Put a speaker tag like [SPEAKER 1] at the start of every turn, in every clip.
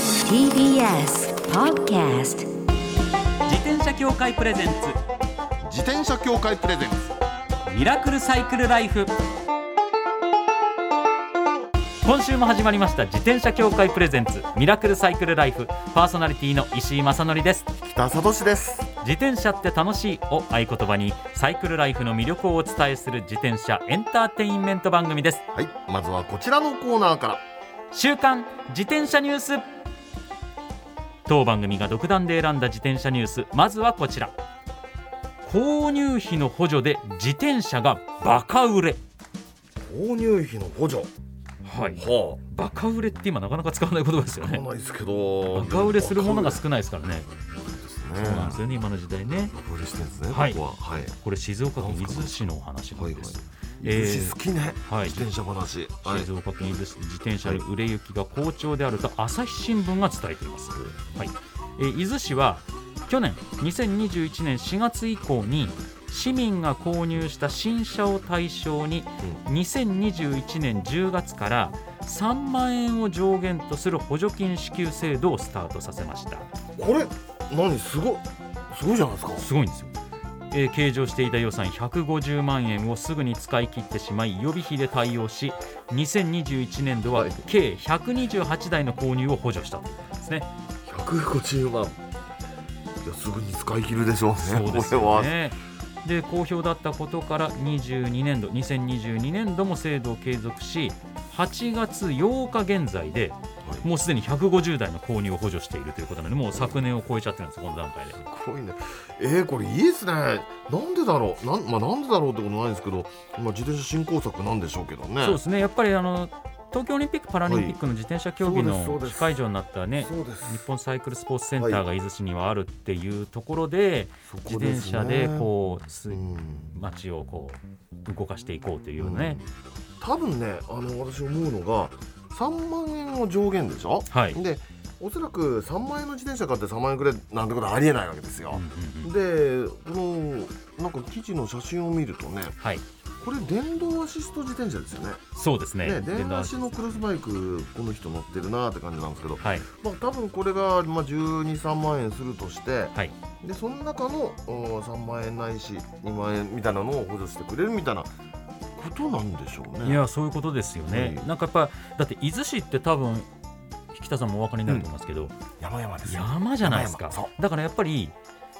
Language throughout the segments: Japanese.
[SPEAKER 1] TBS Podcast
[SPEAKER 2] 自転車協会プレゼンツ
[SPEAKER 3] 自転車協会プレゼンツ
[SPEAKER 2] ミラクルサイクルライフ今週も始まりました自転車協会プレゼンツミラクルサイクルライフパーソナリティの石井正則です
[SPEAKER 3] 北里市です
[SPEAKER 2] 自転車って楽しいを合言葉にサイクルライフの魅力をお伝えする自転車エンターテインメント番組です
[SPEAKER 3] はいまずはこちらのコーナーから
[SPEAKER 2] 週刊自転車ニュース当番組が独断で選んだ自転車ニュースまずはこちら購入費の補助で自転車がバカ売れ
[SPEAKER 3] 購入費の補助
[SPEAKER 2] はい
[SPEAKER 3] は
[SPEAKER 2] バカ売れって今なかなか使わない言葉ですよ
[SPEAKER 3] あ
[SPEAKER 2] ね
[SPEAKER 3] ないですけど
[SPEAKER 2] バカ売れするものが少ないですからね
[SPEAKER 3] そう
[SPEAKER 2] そうなん
[SPEAKER 3] な
[SPEAKER 2] ですよね今の時代ね
[SPEAKER 3] バカ売れしてるんですね、
[SPEAKER 2] はい
[SPEAKER 3] ここははい
[SPEAKER 2] これ静岡県伊豆市のお話な
[SPEAKER 3] は
[SPEAKER 2] ん
[SPEAKER 3] い
[SPEAKER 2] です、
[SPEAKER 3] はい、
[SPEAKER 2] えー
[SPEAKER 3] 伊豆市好きね、
[SPEAKER 2] はい
[SPEAKER 3] 自転車話はい
[SPEAKER 2] 静岡県伊豆市自転車で売れ行きが好調であると朝日新聞が伝えています、はいえー伊豆市は去年2021年4月以降に市民が購入した新車を対象に2021年10月から3万円を上限とする補助金支給制度をスタートさせました
[SPEAKER 3] これ何すごいすごいじゃないですか
[SPEAKER 2] すごいんですよ、えー計上していた予算150万円をすぐに使い切ってしまい予備費で対応し2021年度は
[SPEAKER 3] はい
[SPEAKER 2] 計128台の購入を補助したということですね、
[SPEAKER 3] 150万いやすぐに使い切るでしょうね
[SPEAKER 2] そうです
[SPEAKER 3] こ
[SPEAKER 2] よ
[SPEAKER 3] れは
[SPEAKER 2] ねで好評だったことから22年度2022年度も制度を継続し8月8日現在でもうすでに150台の購入を補助しているということなのでもう昨年を超えちゃってるんですよこの段階です
[SPEAKER 3] ごいねえー、これいいですねなんでだろうなん,、まあ、なんでだろうってことないですけど、まあ、自転車振興策なんでしょうけどね
[SPEAKER 2] そうですねやっぱりあの東京オリンピック・パラリンピックの自転車競技
[SPEAKER 3] はいそ
[SPEAKER 2] の
[SPEAKER 3] うですそうです
[SPEAKER 2] 非会場になったね、
[SPEAKER 3] そうです
[SPEAKER 2] 日本サイクルスポーツセンターが伊豆市にはあるっていうところで、自転車でこう、す
[SPEAKER 3] う、ん、
[SPEAKER 2] 街をこう動かしていこうというね、
[SPEAKER 3] 多分ねあの私思うのが3万円を上限でしょ、
[SPEAKER 2] はい、
[SPEAKER 3] でおそらく3万円の自転車買って3万円くれなんてことはありえないわけです
[SPEAKER 2] うんう
[SPEAKER 3] よ
[SPEAKER 2] ん、うん
[SPEAKER 3] でこのなんか記事の写真を見るとね
[SPEAKER 2] はい、
[SPEAKER 3] これ電動アシスト自転車ですよね
[SPEAKER 2] そうですね
[SPEAKER 3] ね
[SPEAKER 2] 電
[SPEAKER 3] 電
[SPEAKER 2] 動
[SPEAKER 3] 動
[SPEAKER 2] ア
[SPEAKER 3] ア
[SPEAKER 2] シ
[SPEAKER 3] シ
[SPEAKER 2] ス
[SPEAKER 3] のクロスバイクこの人乗ってるなって感じなんですけど、
[SPEAKER 2] はい、
[SPEAKER 3] まあ、多分これが、まあ、123万円するとして
[SPEAKER 2] はい、
[SPEAKER 3] でその中のうん3万円ないし2万円みたいなのを補助してくれるみたいなことなんでしょうね。
[SPEAKER 2] いやそういうことですよね、
[SPEAKER 3] はい
[SPEAKER 2] なんかやっぱだって伊豆市って多分引田さんもお分かりになると思いますけど、
[SPEAKER 3] 山々で
[SPEAKER 2] 山じゃないですか
[SPEAKER 3] 山々そ
[SPEAKER 2] だからやっぱり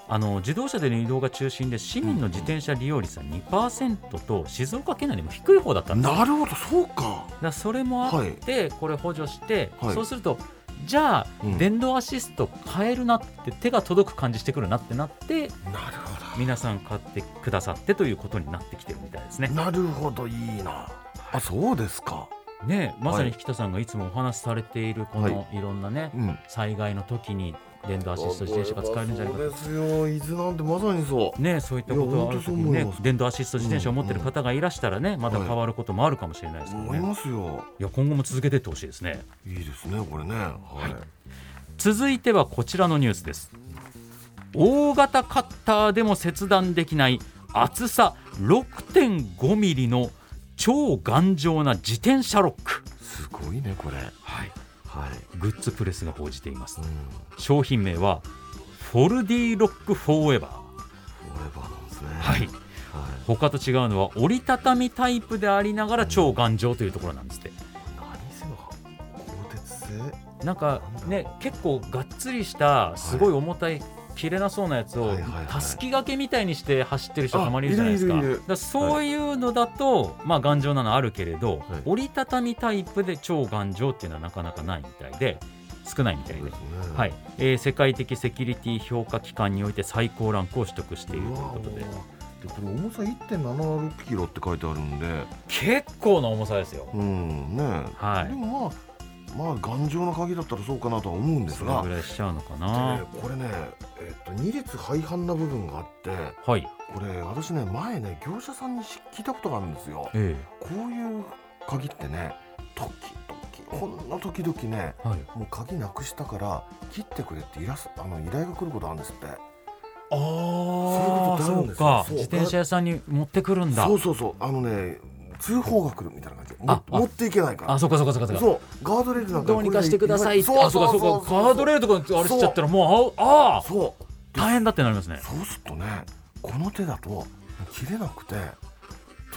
[SPEAKER 2] あの自動車での移動が中心で市民の自転車利用率は2%と静岡県内でも低い方だったんですよ
[SPEAKER 3] なるほどそう
[SPEAKER 2] だ
[SPEAKER 3] か、
[SPEAKER 2] からそれもあって、これ補助して、
[SPEAKER 3] はい
[SPEAKER 2] そうするとじゃあ、
[SPEAKER 3] うん
[SPEAKER 2] 電動アシスト買えるなって手が届く感じしてくるなってなって
[SPEAKER 3] なるほ
[SPEAKER 2] 皆さん買ってくださってということになってきてるみたいですね
[SPEAKER 3] ど。なるほどいいなあそうですか
[SPEAKER 2] ねまさに
[SPEAKER 3] は
[SPEAKER 2] 引田さんがいつもお話しされているこのいろんなね、
[SPEAKER 3] うん
[SPEAKER 2] 災害の時に電動アシスト自転車が使えるんじゃないか
[SPEAKER 3] そうですよ伊豆なんてまさにそ
[SPEAKER 2] ね、そういったことがあるときに
[SPEAKER 3] いや本当そう思い
[SPEAKER 2] ね
[SPEAKER 3] ま、す
[SPEAKER 2] 電動アシスト自転車を持っている方がいらしたらね、また変わることもあるかもしれないですけ
[SPEAKER 3] う
[SPEAKER 2] ど
[SPEAKER 3] 思
[SPEAKER 2] ね。
[SPEAKER 3] い
[SPEAKER 2] い
[SPEAKER 3] ますよ
[SPEAKER 2] や、今後も続けていってほしいですね。
[SPEAKER 3] いいですねこれねはい、
[SPEAKER 2] 続いてはこちらのニュースです。大型カッターでも切断できない厚さ6.5ミリの超頑丈な自転車ロック。
[SPEAKER 3] すごいねこれはい、
[SPEAKER 2] はい、グッズプレスが報じています
[SPEAKER 3] うん、。
[SPEAKER 2] 商品名はフォルディロックフォーエバー。
[SPEAKER 3] フォーエバーなんですね
[SPEAKER 2] はい、
[SPEAKER 3] はい
[SPEAKER 2] 他と違うのは折りたたみタイプでありながら超頑丈というところなんですって。
[SPEAKER 3] 何せの鋼鉄製
[SPEAKER 2] なんか
[SPEAKER 3] なん
[SPEAKER 2] ね
[SPEAKER 3] だろ
[SPEAKER 2] 結構がっつりしたすごい重たい、切れなそうなやつを
[SPEAKER 3] はいはいはい
[SPEAKER 2] たすき掛けみたいにして走ってる人たまにいる
[SPEAKER 3] あ
[SPEAKER 2] じゃないですか
[SPEAKER 3] いるいるいる
[SPEAKER 2] だからそういうのだと、まあ頑丈なのあるけれど、
[SPEAKER 3] はい
[SPEAKER 2] 折りたたみタイプで超頑丈っていうのはなかなかないみたいで少ないみたいで、
[SPEAKER 3] ね
[SPEAKER 2] はいえー世界的セキュリティ評価機関において最高ランクを取得しているということで
[SPEAKER 3] うわーでこれ重さ1.76キロって書いてあるんで
[SPEAKER 2] 結構な重さですよ。
[SPEAKER 3] うんね
[SPEAKER 2] はい
[SPEAKER 3] でもまあまあ頑丈な鍵だったらそうかなとは思うんです
[SPEAKER 2] それ
[SPEAKER 3] が
[SPEAKER 2] ぐらいしちゃうのか
[SPEAKER 3] で
[SPEAKER 2] な
[SPEAKER 3] ね。これね、えっと2列廃反な部分があって
[SPEAKER 2] はい、
[SPEAKER 3] これ私ね前ね業者さんに聞いたことがあるんですよ
[SPEAKER 2] え
[SPEAKER 3] こういう鍵ってね時々ほんの時々ね
[SPEAKER 2] えはい、
[SPEAKER 3] もう鍵なくしたから切ってくれってイラスあの依頼が来ることあるんですって
[SPEAKER 2] ああ
[SPEAKER 3] そういうことってあるんですよ
[SPEAKER 2] か
[SPEAKER 3] そう
[SPEAKER 2] 自転車屋さんに持ってくるんだ
[SPEAKER 3] そうそうそうあのね通報が来るみたいな感じで
[SPEAKER 2] あ
[SPEAKER 3] も持っていけないから
[SPEAKER 2] あ、そうかそうかそうかそうか。
[SPEAKER 3] そうガードレールなんか
[SPEAKER 4] どうにかしてくださいって
[SPEAKER 3] そう
[SPEAKER 2] あ、そうか
[SPEAKER 3] そ
[SPEAKER 2] そうう
[SPEAKER 3] そう
[SPEAKER 2] か。ガードレールとかあれしちゃったらもうあああ
[SPEAKER 3] そう
[SPEAKER 2] 大変だってなりますね。
[SPEAKER 3] そうするとねこの手だと切れなくてど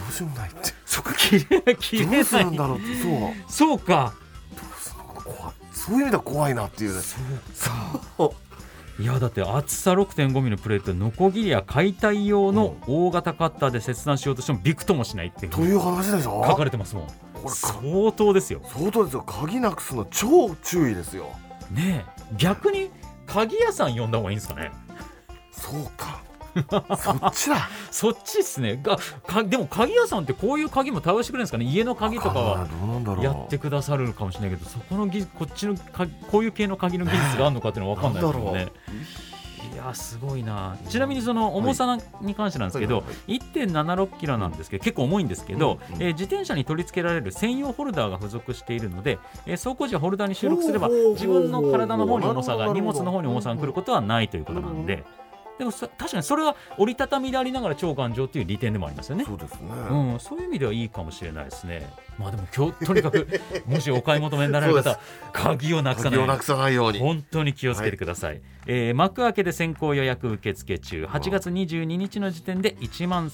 [SPEAKER 3] うしようもないって
[SPEAKER 2] そこ切れ切
[SPEAKER 3] ど
[SPEAKER 2] れ
[SPEAKER 3] うす
[SPEAKER 2] な
[SPEAKER 3] るん
[SPEAKER 2] い。
[SPEAKER 3] だろうってそうど
[SPEAKER 2] そうか。
[SPEAKER 3] うするのか怖いそういう意味では怖いなっていうね
[SPEAKER 2] いやだって厚さ6.5ミリのプレートノコギリや解体用の大型カッターで切断しようとしてもびくともしないって
[SPEAKER 3] という話でしょ
[SPEAKER 2] 書かれてますもん。
[SPEAKER 3] これか
[SPEAKER 2] 相当ですよ。
[SPEAKER 3] 相当ですよ鍵なくすの超注意ですよ
[SPEAKER 2] ねえ逆に鍵屋さん呼んだ方がいいんですかね。
[SPEAKER 3] そう かそっちだ
[SPEAKER 2] そっちですね。がかでも鍵屋さんってこういう鍵も対応してくれるんですかね。家の鍵とか
[SPEAKER 3] わ
[SPEAKER 2] は
[SPEAKER 3] んないどうなんだろう
[SPEAKER 2] やってくださるかもしれないけどそこの技こっちのかこういう系の鍵の技術があるのかっていうのは分かんないですもん
[SPEAKER 3] な
[SPEAKER 2] ね
[SPEAKER 3] ん。
[SPEAKER 2] いやすごいなちなみにその重さなに関してなんですけど、
[SPEAKER 3] はいはい
[SPEAKER 2] 1.76キロなんですけど結構重いんですけど、
[SPEAKER 3] うんうん
[SPEAKER 2] えー自転車に取り付けられる専用ホルダーが付属しているので、えー走行時はホルダーに収録すれば
[SPEAKER 3] ほうほうほう
[SPEAKER 2] 自分の体の方に重さが
[SPEAKER 3] な
[SPEAKER 2] 荷
[SPEAKER 3] るほど
[SPEAKER 2] 物の方に重さが来ることはないということなん
[SPEAKER 3] な
[SPEAKER 2] ででもさ確かにそれは折りたたみでありながら超頑丈という利点でもありますよね
[SPEAKER 3] そうですね、
[SPEAKER 2] うん、そういう意味ではいいかもしれないですね。まあでも今日とにか くもしお買い求めになられる
[SPEAKER 3] そう
[SPEAKER 2] 方、鍵をなくさない
[SPEAKER 3] 鍵
[SPEAKER 2] よう
[SPEAKER 3] を
[SPEAKER 2] に
[SPEAKER 3] なくさないように
[SPEAKER 2] 本当に気をつけてください、えー幕開けで先行予約受付中8月22日の時点で1万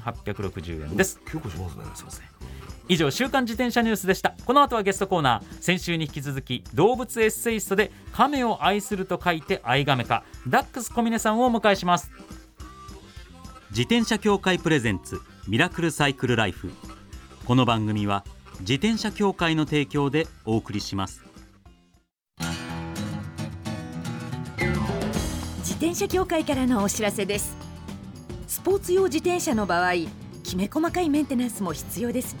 [SPEAKER 2] 3860円です
[SPEAKER 3] 結構しますね
[SPEAKER 2] そうですね以上週刊自転車ニュースでしたこの後はゲストコーナー先週に引き続き動物エッセイストで亀を愛すると書いて愛亀かダックス小峰さんをお迎えします自転車協会プレゼンツミラクルサイクルライフこの番組は自転車協会の提供でお送りします
[SPEAKER 1] 自転車協会からのお知らせですスポーツ用自転車の場合きめ細かいメンテナンスも必要ですね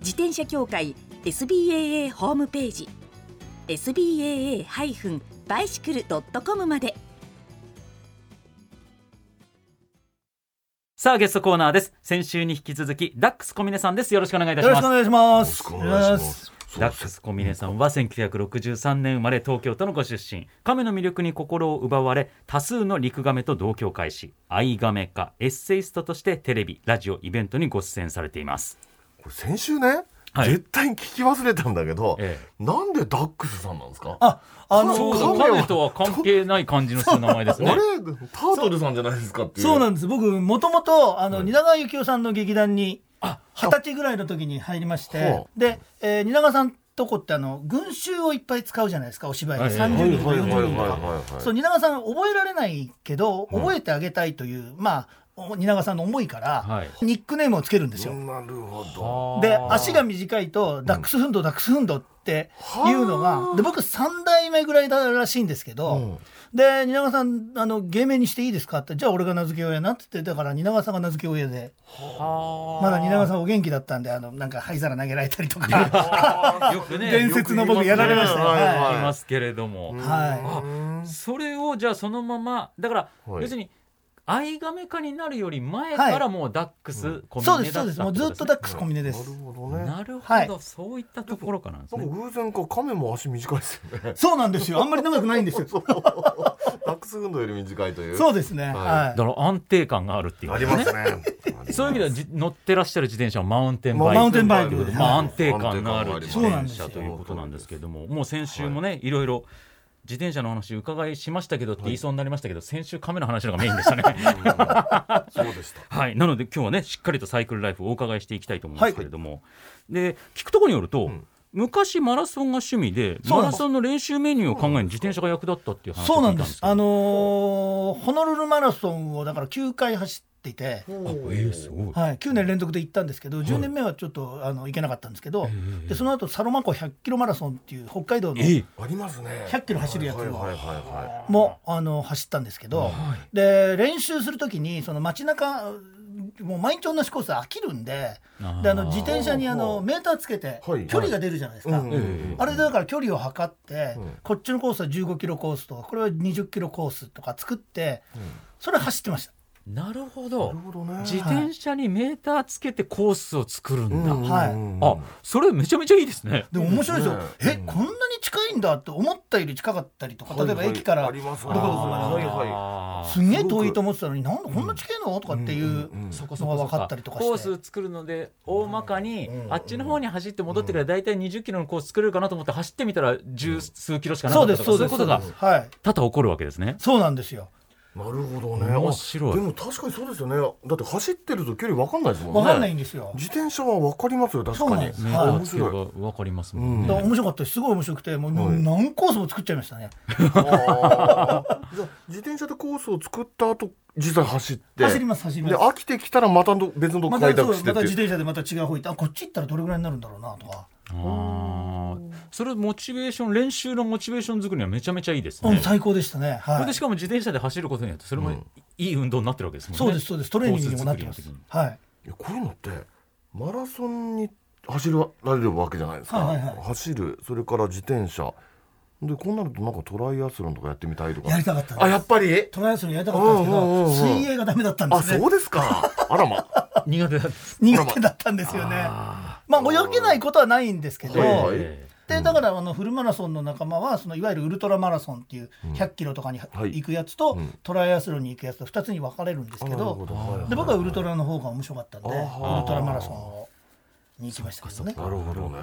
[SPEAKER 1] 自転車協会 SBAA ホームページ SBAA-bicycle.com まで
[SPEAKER 2] さあゲストコーナーです先週に引き続きダックス小峰さんですよろしくお願いいたし
[SPEAKER 4] よろ
[SPEAKER 2] ま
[SPEAKER 4] し
[SPEAKER 2] す
[SPEAKER 4] くお願いしま
[SPEAKER 3] よろしくお願いしま
[SPEAKER 4] す。
[SPEAKER 3] す
[SPEAKER 2] ダックス小峰さんは1963年生まれ東京都のご出身亀の魅力に心を奪われ多数の陸亀と同居を開始愛亀家エッセイストとしてテレビラジオイベントにご出演されています
[SPEAKER 3] これ先週ね、
[SPEAKER 2] はい
[SPEAKER 3] 絶対に聞き忘れたんだけど、
[SPEAKER 2] え
[SPEAKER 3] なんでダックスさんなんですかあ
[SPEAKER 4] あ、あの
[SPEAKER 3] そう
[SPEAKER 4] ー
[SPEAKER 3] 亀は
[SPEAKER 2] 亀とは関係ない感じのする名前ですね
[SPEAKER 3] れタートルさんじゃないですかっていう
[SPEAKER 4] そうなんんです。僕、もともと、あの、蜷川幸雄さんの劇団に、二十歳ぐらいの時に入りまし
[SPEAKER 3] は
[SPEAKER 4] て、で、えー蜷川さんとこって、あの、群衆をいっぱい使うじゃないですか、お芝居で。
[SPEAKER 2] はいはい
[SPEAKER 4] 30人とか
[SPEAKER 3] はいはいはい
[SPEAKER 4] 40人と
[SPEAKER 3] はい
[SPEAKER 4] か。
[SPEAKER 3] はい
[SPEAKER 4] そう、蜷川さん覚えられないけど、覚えてあげたいという、まあ、お蜷川さんの思いから、
[SPEAKER 2] はい
[SPEAKER 4] ニックネームをつけるんですよ。
[SPEAKER 3] なるほ
[SPEAKER 4] で足が短いとダックスフンド、ダックスフンドっていうのがで僕3代目ぐらいだらしいんですけど、で蜷川さんあの芸名にしていいですかってじゃあ俺が名付け親なって言ってだから蜷川さんが名付け親でまだ蜷川さんお元気だったんであのなんか灰皿投げられたりとか
[SPEAKER 2] んよくね
[SPEAKER 4] 伝説の僕やられましたよ、
[SPEAKER 3] よく言いますね
[SPEAKER 4] はい
[SPEAKER 2] いますけれども、
[SPEAKER 3] ど
[SPEAKER 4] は
[SPEAKER 3] うん
[SPEAKER 2] それをじゃあそのままだから
[SPEAKER 3] はい
[SPEAKER 2] 別に愛亀化になるより前からもうダックス小
[SPEAKER 4] そう
[SPEAKER 2] 峰
[SPEAKER 4] です
[SPEAKER 2] だ
[SPEAKER 4] そう
[SPEAKER 2] っ
[SPEAKER 4] です
[SPEAKER 2] た
[SPEAKER 4] もうずっとダックスコミネで
[SPEAKER 3] なる
[SPEAKER 4] す
[SPEAKER 3] ほどね
[SPEAKER 2] なるほど、
[SPEAKER 4] はい
[SPEAKER 2] そういったところからなんです
[SPEAKER 3] な
[SPEAKER 2] ね
[SPEAKER 3] ん。か偶然か亀も足短いです よね
[SPEAKER 4] そうなんですよあんまり長くないんですよ
[SPEAKER 3] ダックス運動より短いという
[SPEAKER 4] そうですね
[SPEAKER 3] は
[SPEAKER 2] だ
[SPEAKER 4] はい
[SPEAKER 2] から安定感があるっていう
[SPEAKER 3] あ
[SPEAKER 2] か
[SPEAKER 3] り
[SPEAKER 2] ね、
[SPEAKER 3] ますね
[SPEAKER 2] そういう意味ではじ乗ってらっしゃる自転車はマウンテンバイク、
[SPEAKER 4] マウンテンバイク
[SPEAKER 3] マウンテン
[SPEAKER 2] まあ、
[SPEAKER 4] はい
[SPEAKER 2] 安定感のある自
[SPEAKER 4] そうなん
[SPEAKER 2] 転
[SPEAKER 4] です
[SPEAKER 2] 車
[SPEAKER 4] よ
[SPEAKER 2] ということなんですけれども、もう先週もね、い、ろいろ自転車の話伺いしましたけどって言いそうになりましたけど、先週亀の話の方がメインでした ね
[SPEAKER 3] そうでした。
[SPEAKER 2] はい、なので今日はねしっかりとサイクルライフをお伺いしていきたいと思うんですけれども、で聞くところによると、
[SPEAKER 3] うん
[SPEAKER 2] 昔マラソンが趣味で
[SPEAKER 4] そ
[SPEAKER 2] マ
[SPEAKER 4] うなん
[SPEAKER 2] ラ
[SPEAKER 4] です
[SPEAKER 2] ソンの練習メニューを考えに自転車が役立ったっていう話
[SPEAKER 4] そ
[SPEAKER 2] を
[SPEAKER 4] う
[SPEAKER 2] 聞
[SPEAKER 4] ないん
[SPEAKER 2] たん
[SPEAKER 4] で
[SPEAKER 2] です
[SPEAKER 4] す。
[SPEAKER 2] けど
[SPEAKER 4] あのーホノルルマラソンをだから9回走っていて、
[SPEAKER 2] あええすごい、
[SPEAKER 4] はい、9年連続で行ったんですけど、10年目はちょっとあの行けなかったんですけど、でその後サロマ湖100キロマラソンっていう北海道の
[SPEAKER 2] ええ
[SPEAKER 3] ありますね。
[SPEAKER 4] 100キロ走るやつを
[SPEAKER 3] はいはいはいは
[SPEAKER 4] もあの走ったんですけど、で練習するときにその街中もう毎日同じコース飽きるんで
[SPEAKER 2] あー
[SPEAKER 4] であの自転車にあ
[SPEAKER 3] ほうほ
[SPEAKER 4] の
[SPEAKER 3] う
[SPEAKER 4] メーターつけて
[SPEAKER 3] はい
[SPEAKER 4] 距離が出るじゃないですか、
[SPEAKER 3] うんうんうん
[SPEAKER 4] あれでだから距離を測って、
[SPEAKER 3] うん
[SPEAKER 4] こっちのコースは15キロコースとかこれは20キロコースとか作ってそれ走ってました。
[SPEAKER 2] なるほど
[SPEAKER 3] い。なるほどね。
[SPEAKER 2] 自転車にメーターつけてコースを作るんだ、
[SPEAKER 3] うんうんうん
[SPEAKER 4] はい
[SPEAKER 2] あそれめちゃめちゃいいですね
[SPEAKER 4] でも面白いです
[SPEAKER 3] そ
[SPEAKER 4] よ、
[SPEAKER 3] うです
[SPEAKER 4] え
[SPEAKER 3] ね
[SPEAKER 4] こんなに近いんだって思ったより近かったりとか例えば駅から
[SPEAKER 3] あります
[SPEAKER 4] どこどこまで
[SPEAKER 3] はいはい
[SPEAKER 2] あー
[SPEAKER 4] すんげえ遠いと思ってたのになんだこんな近いのとかっていう
[SPEAKER 3] うんうんうん
[SPEAKER 2] そ
[SPEAKER 4] の
[SPEAKER 2] こそこ
[SPEAKER 4] が
[SPEAKER 2] そ
[SPEAKER 4] 分
[SPEAKER 2] こ
[SPEAKER 4] かったりとか
[SPEAKER 2] コー
[SPEAKER 4] して
[SPEAKER 2] ス作るので大まかに、
[SPEAKER 4] うん
[SPEAKER 2] あっちの方に走って戻ってから大体20キロのコース作れるかなと思って走ってみたら十数キロしかなか
[SPEAKER 4] そう
[SPEAKER 2] った
[SPEAKER 4] で
[SPEAKER 2] と
[SPEAKER 4] す
[SPEAKER 2] か
[SPEAKER 4] そう
[SPEAKER 2] そうい
[SPEAKER 4] で
[SPEAKER 2] うこ
[SPEAKER 4] すそ
[SPEAKER 2] と
[SPEAKER 4] う
[SPEAKER 2] が
[SPEAKER 4] ですはい
[SPEAKER 2] 多々起こるわけですね。
[SPEAKER 4] そうなんですよ
[SPEAKER 3] なるほどね。
[SPEAKER 2] 面白い
[SPEAKER 3] あでも確かにそうですよね。だって走ってると距離わかんないですもんね。
[SPEAKER 4] 分かんないんですよ
[SPEAKER 3] 自転車はわかりますよ確
[SPEAKER 4] そう
[SPEAKER 3] か
[SPEAKER 4] なん
[SPEAKER 3] に。
[SPEAKER 4] です
[SPEAKER 2] メー
[SPEAKER 4] は
[SPEAKER 2] タ
[SPEAKER 4] い
[SPEAKER 2] ーつければわかりますもん
[SPEAKER 4] だ
[SPEAKER 2] ね。
[SPEAKER 4] から面白かったですすごい面白くてもう
[SPEAKER 3] はい
[SPEAKER 4] 何コースも作っちゃいましたね
[SPEAKER 3] あーじゃあ自転車でコースを作った後実際走って。
[SPEAKER 4] 走ります走ります
[SPEAKER 3] で飽きてきたらまたど別のとこ
[SPEAKER 4] ま
[SPEAKER 3] 開
[SPEAKER 4] たそ
[SPEAKER 3] 拓
[SPEAKER 4] うま
[SPEAKER 3] して
[SPEAKER 4] た
[SPEAKER 3] って
[SPEAKER 4] 自
[SPEAKER 3] いう。
[SPEAKER 4] 転車でまた違う方行ってあこっち行ったらどれぐらいになるんだろうなとか
[SPEAKER 2] あーそれモチベーション練習のモチベーション作りにはめちゃめちゃいいです
[SPEAKER 4] うん
[SPEAKER 2] ね。
[SPEAKER 4] 最高でしたね
[SPEAKER 2] こ
[SPEAKER 4] は
[SPEAKER 2] れで
[SPEAKER 4] い
[SPEAKER 2] しかも自転車で走ることによってそれもいい運動になってるわけですもんね。
[SPEAKER 4] そうですそうですトレーニングにもなってま
[SPEAKER 2] コース
[SPEAKER 4] す
[SPEAKER 2] 作りの時に
[SPEAKER 4] はい
[SPEAKER 3] いやこういうのってマラソンに走られるわけじゃないですか、
[SPEAKER 4] はいはいはい
[SPEAKER 3] 走るそれから自転車でこうなるとなんかトライアスロンとかやってみたいとか
[SPEAKER 4] やりたかったです
[SPEAKER 3] あやっぱり
[SPEAKER 4] トライアスロンやりたかったんですけ
[SPEAKER 3] うんうんうん
[SPEAKER 4] ど
[SPEAKER 3] うん
[SPEAKER 4] 水泳がダメだったんで
[SPEAKER 3] あ
[SPEAKER 4] すね
[SPEAKER 3] そうですかあらま
[SPEAKER 2] 苦手だった。
[SPEAKER 4] 苦手だったんですよね
[SPEAKER 3] あ
[SPEAKER 4] まあ泳げないことはないんですけど、
[SPEAKER 3] はいはい
[SPEAKER 4] でだからあのフルマラソンの仲間はそのいわゆるウルトラマラソンっていう100キロとかに
[SPEAKER 3] はい
[SPEAKER 4] 行くやつと、
[SPEAKER 3] うん
[SPEAKER 4] トライアスロンに行くやつと2つに分かれるんですけ
[SPEAKER 3] なる
[SPEAKER 4] ど
[SPEAKER 3] ほどはいはい
[SPEAKER 4] で僕はウルトラの方が面白かったんでウ
[SPEAKER 3] あ
[SPEAKER 4] ル
[SPEAKER 3] ー
[SPEAKER 4] トラマラソンをに行きましたけどね
[SPEAKER 3] なるほどね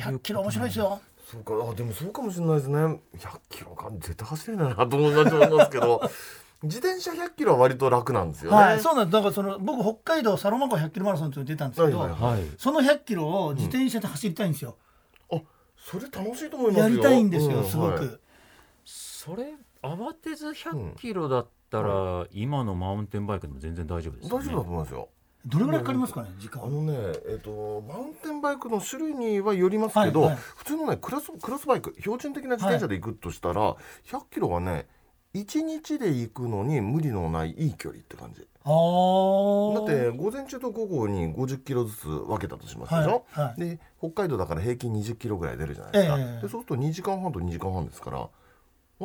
[SPEAKER 4] 100キロ面白いですよ
[SPEAKER 3] そうかあでもそうかもしれないですね100キロか絶対走れないなと思いなっちゃいますけ ど自転車100キロは割と楽なんですよね、
[SPEAKER 4] はいそうなんですだからその僕北海道サロマ湖100キロマラソンっていうのに出たんですけど、
[SPEAKER 3] はいはい
[SPEAKER 2] はい。
[SPEAKER 4] その100キロを自転車で走りたいんですよ、
[SPEAKER 3] あそれ楽しいと思いますよ
[SPEAKER 4] やりたいんですよ、
[SPEAKER 3] う
[SPEAKER 4] すごく、
[SPEAKER 3] はい
[SPEAKER 2] それ慌てず100キロだったら、今のマウンテンバイクでも全然大丈夫です
[SPEAKER 3] 大
[SPEAKER 2] よ
[SPEAKER 3] 丈
[SPEAKER 2] ね。
[SPEAKER 3] 夫だと思いますよ
[SPEAKER 4] どれぐらいかかりますかね時間
[SPEAKER 3] あのね、えっとマウンテンバイクの種類にはよりますけど、
[SPEAKER 4] はいはい
[SPEAKER 3] 普通のねクラスクロスバイク標準的な自転車で行くとしたら、100キロはね1日で行くのに無理のないいい距離って感じだ
[SPEAKER 4] あー
[SPEAKER 3] って午前中と午後に50キロずつ分けたとしますでしょ、
[SPEAKER 4] はいはい
[SPEAKER 3] で北海道だから平均20キロぐらい出るじゃないですか、
[SPEAKER 4] え
[SPEAKER 3] で
[SPEAKER 4] え
[SPEAKER 3] そうすると2時間半と2時間半ですからあ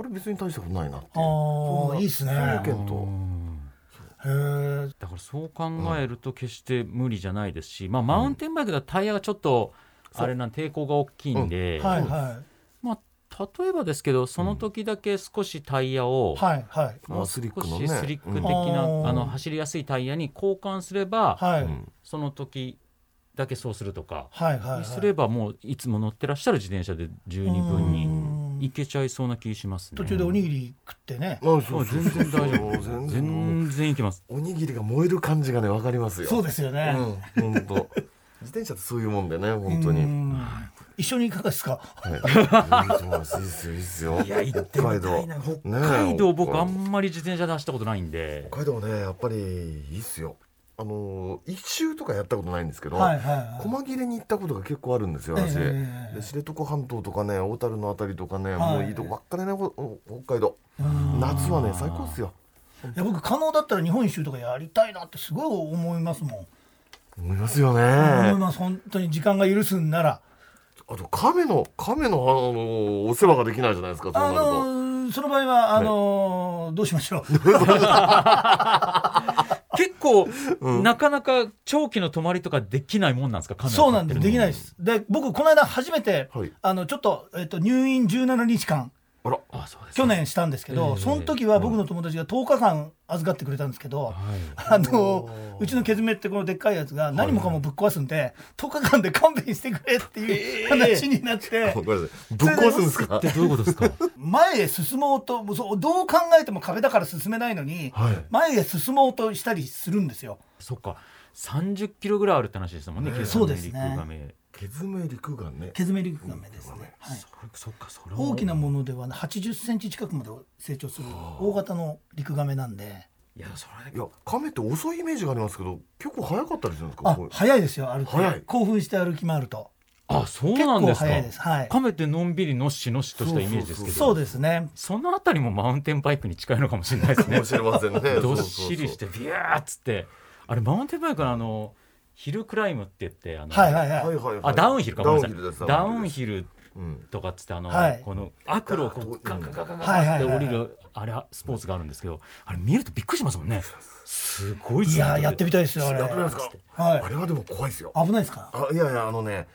[SPEAKER 3] れ別に大したことないなっていう
[SPEAKER 4] あーいいっすね
[SPEAKER 3] そういう意見
[SPEAKER 2] う
[SPEAKER 3] と
[SPEAKER 2] ん
[SPEAKER 4] へー
[SPEAKER 2] だからそう考えると決して無理じゃないですし、まあ、マウンテンバイクだとタイヤがちょっとあれなん抵抗が大きいんで、
[SPEAKER 4] はいは
[SPEAKER 2] まあ、例えばですけどその時だけ少しタイヤを、
[SPEAKER 4] いはいはい
[SPEAKER 2] もう
[SPEAKER 3] あスリックのね
[SPEAKER 2] 少しスリック的な、
[SPEAKER 4] うん
[SPEAKER 2] あの走りやすいタイヤに交換すれば、
[SPEAKER 4] はい、
[SPEAKER 3] うん
[SPEAKER 2] その時だけそうするとか、
[SPEAKER 4] はいはい、はい、
[SPEAKER 2] すればもういつも乗ってらっしゃる自転車で十二分に
[SPEAKER 4] に
[SPEAKER 2] いけちゃいそうな気しますね。
[SPEAKER 4] 途中でおにぎり食ってね、
[SPEAKER 3] あそう
[SPEAKER 2] あ
[SPEAKER 3] そうそ
[SPEAKER 2] 全
[SPEAKER 3] う
[SPEAKER 2] 然大丈
[SPEAKER 3] そう
[SPEAKER 2] 夫。
[SPEAKER 3] 全然
[SPEAKER 2] 全然いけます。
[SPEAKER 3] おにぎりが燃える感じがねわかりますよ
[SPEAKER 4] そうですよね、
[SPEAKER 3] うん、本当。自転車ってそういうもんでね、
[SPEAKER 4] う
[SPEAKER 3] 本
[SPEAKER 4] ん、
[SPEAKER 3] 当に。
[SPEAKER 4] 一緒にいかがですか
[SPEAKER 3] はい。いいと思います。いいですよ、いいですよ。北海道。
[SPEAKER 2] 北海道僕あ
[SPEAKER 3] ね
[SPEAKER 2] んまり自転車で走ったことないんで
[SPEAKER 3] え。北海道ね、やっぱりいいっすよ。あのー、一周とかやったことないんですけど。
[SPEAKER 4] はいはいはい
[SPEAKER 3] 細切れに行ったことが結構あるんですよ、私。
[SPEAKER 4] ええ
[SPEAKER 3] で
[SPEAKER 4] ええ
[SPEAKER 3] 知床半島とかね、小樽のあたりとかね、
[SPEAKER 4] はい
[SPEAKER 3] もういいとこばっかりね、ほほ北海道。
[SPEAKER 4] うん
[SPEAKER 3] 夏はね、最高っすよ。
[SPEAKER 4] いや僕可能だったら日本一周とかやりたいなってすごい思いますもん、
[SPEAKER 3] 思いますよね。
[SPEAKER 4] 思います本当に時間が許すんなら
[SPEAKER 3] あと、亀の、亀の、あのー、お世話ができないじゃないですか、そうな
[SPEAKER 4] あ
[SPEAKER 3] ると。
[SPEAKER 4] のーその場合はあのーどうし ましょう
[SPEAKER 2] 結構、なかなか長期の泊まりとかできないもんなんですか。カメラ
[SPEAKER 4] そうなんです
[SPEAKER 2] 買ってる
[SPEAKER 4] できないですで僕この間初めて、
[SPEAKER 3] はい
[SPEAKER 4] あのちょっと、えっと、入院17日間
[SPEAKER 3] あら
[SPEAKER 2] あそうですか
[SPEAKER 4] 去年したんですけど、
[SPEAKER 2] ええ
[SPEAKER 4] その時は僕の友達が10日間預かってくれたんですけど、
[SPEAKER 2] は
[SPEAKER 4] あのうちのけずめってこのでっかいやつが何もかもぶっ壊すんで、10日間で勘弁してくれっていう話にな って、
[SPEAKER 3] ごめんなさいぶっ壊すんですか
[SPEAKER 2] いでどういうことですか
[SPEAKER 4] 前へ進もうともうそうどう考えても壁だから進めないのに、
[SPEAKER 3] はい
[SPEAKER 4] 前へ進もうとしたりするんですよ。
[SPEAKER 2] そっか30キロぐらいあるって話ですもんね、
[SPEAKER 3] ね
[SPEAKER 2] 計算
[SPEAKER 4] そうですね
[SPEAKER 2] の陸亀
[SPEAKER 3] けずめ陸眼ね
[SPEAKER 4] けずめりがめですね、はい
[SPEAKER 2] そそっかそれも
[SPEAKER 4] 大きなものでは80センチ近くまで成長する大型のリクガメなんで、
[SPEAKER 2] いやそれ
[SPEAKER 3] いや亀って遅いイメージがありますけど結構早かったりするんですか
[SPEAKER 4] あ
[SPEAKER 3] こう
[SPEAKER 4] 早いですよ歩
[SPEAKER 3] 早い
[SPEAKER 4] き興奮して歩き回ると
[SPEAKER 2] あそう
[SPEAKER 4] 結
[SPEAKER 2] なん
[SPEAKER 4] 構
[SPEAKER 2] ですか
[SPEAKER 4] 早いですはい
[SPEAKER 2] 亀ってのんびりのっしのっしとしたイメージですけど
[SPEAKER 4] そうですね
[SPEAKER 2] そのあたりもマウンテンバイクに近いのかもしれないです
[SPEAKER 3] か
[SPEAKER 2] ね
[SPEAKER 3] もしれませんね
[SPEAKER 2] どっしりしてビューっつってあれマウンテンバイクのあのヒルクライムって言ってあの、
[SPEAKER 4] はいはい
[SPEAKER 3] そうそうそう
[SPEAKER 4] は
[SPEAKER 3] はいは
[SPEAKER 4] い
[SPEAKER 3] いは
[SPEAKER 2] あ
[SPEAKER 3] い
[SPEAKER 2] ダウンヒルか
[SPEAKER 3] ダ
[SPEAKER 2] ご
[SPEAKER 3] ウ
[SPEAKER 2] め
[SPEAKER 3] ン
[SPEAKER 2] んなさ
[SPEAKER 3] ヒルです
[SPEAKER 2] いダウンヒル
[SPEAKER 3] うん
[SPEAKER 2] とかっつってあの、
[SPEAKER 4] はい
[SPEAKER 2] このアクロをこうガンガンガンガン
[SPEAKER 4] はい
[SPEAKER 2] ガンっ
[SPEAKER 4] はい
[SPEAKER 2] て
[SPEAKER 4] はい
[SPEAKER 2] 降りるあれスポーツがあるんですけどあれ見るとびっくりしますもんねすごい
[SPEAKER 4] いやーやってみ
[SPEAKER 2] た
[SPEAKER 4] たいですよあれ
[SPEAKER 3] やってないですかあ
[SPEAKER 4] は
[SPEAKER 3] れはでも怖いですよ
[SPEAKER 4] い危ないですか
[SPEAKER 3] あいやいやあのね